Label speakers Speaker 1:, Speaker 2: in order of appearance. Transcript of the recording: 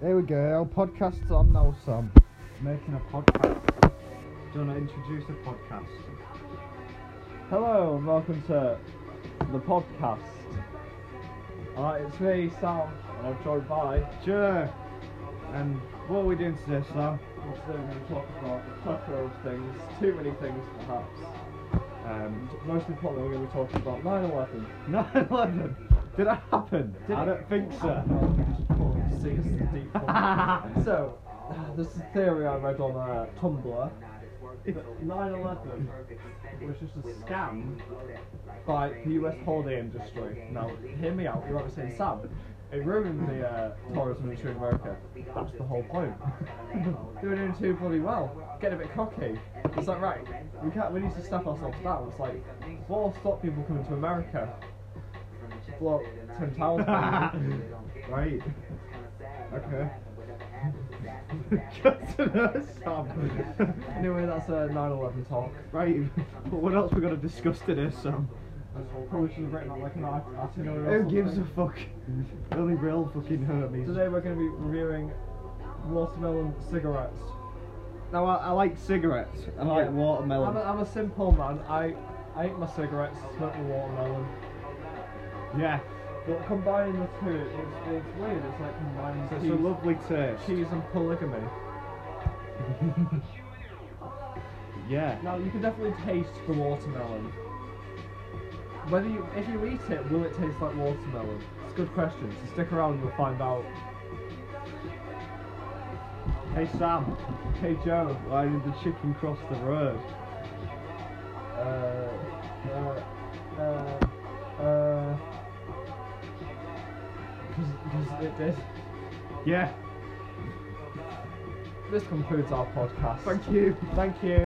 Speaker 1: There we go. Our podcast's on now, Sam.
Speaker 2: Making a podcast. Do you want to introduce the podcast?
Speaker 3: Hello and welcome to the podcast. Alright, it's me, Sam, and I'm joined by.
Speaker 2: Sure. And what are we doing today, Sam?
Speaker 3: What's there going to talk about? A plethora of things, too many things perhaps.
Speaker 2: Um,
Speaker 3: Most importantly, we're going to be talking about 9 11.
Speaker 2: 9 11. Did that happen?
Speaker 3: Did
Speaker 2: I
Speaker 3: it?
Speaker 2: don't think so.
Speaker 3: Oh, See, it's the deep one. so, this is a theory I read on uh, Tumblr. 9 11 was just a scam by the US holiday industry. Now, hear me out, you're obviously saying, Sam, it ruined the uh, tourism industry in America. That's the whole point. they were doing too bloody well, getting a bit cocky. It's like, right, we can't, we need to step ourselves down. It's like, what will stop people coming to America? Well, Tim Towers.
Speaker 2: Right. Okay. Just an earth Sam.
Speaker 3: Anyway, that's a 9/11 talk.
Speaker 2: Right, but what else we got to discuss today, Sam?
Speaker 3: Probably should have written that like an art- article. or
Speaker 2: Who gives a
Speaker 3: something.
Speaker 2: fuck? Only real fucking hurt me.
Speaker 3: Today we're going to be reviewing watermelon cigarettes.
Speaker 2: Now I, I like cigarettes. I like
Speaker 3: Yeah.
Speaker 2: watermelon.
Speaker 3: I'm a, I'm a simple man. I, I eat my cigarettes, smoke my watermelon.
Speaker 2: yeah.
Speaker 3: But combining the two, it's, it's weird. It's like combining
Speaker 2: So it's
Speaker 3: cheese,
Speaker 2: a lovely taste.
Speaker 3: cheese and polygamy.
Speaker 2: Yeah.
Speaker 3: Now you can definitely taste the watermelon. Whether you, if you eat it, will it taste like watermelon? It's a good question. So stick around, you'll find out.
Speaker 2: Hey Sam,
Speaker 3: Hey Joe.
Speaker 2: why did the chicken cross the road?
Speaker 3: Uh, uh, uh, uh, cause, 'cause it did.
Speaker 2: Yeah.
Speaker 3: This concludes our podcast.
Speaker 2: Thank you. Thank you.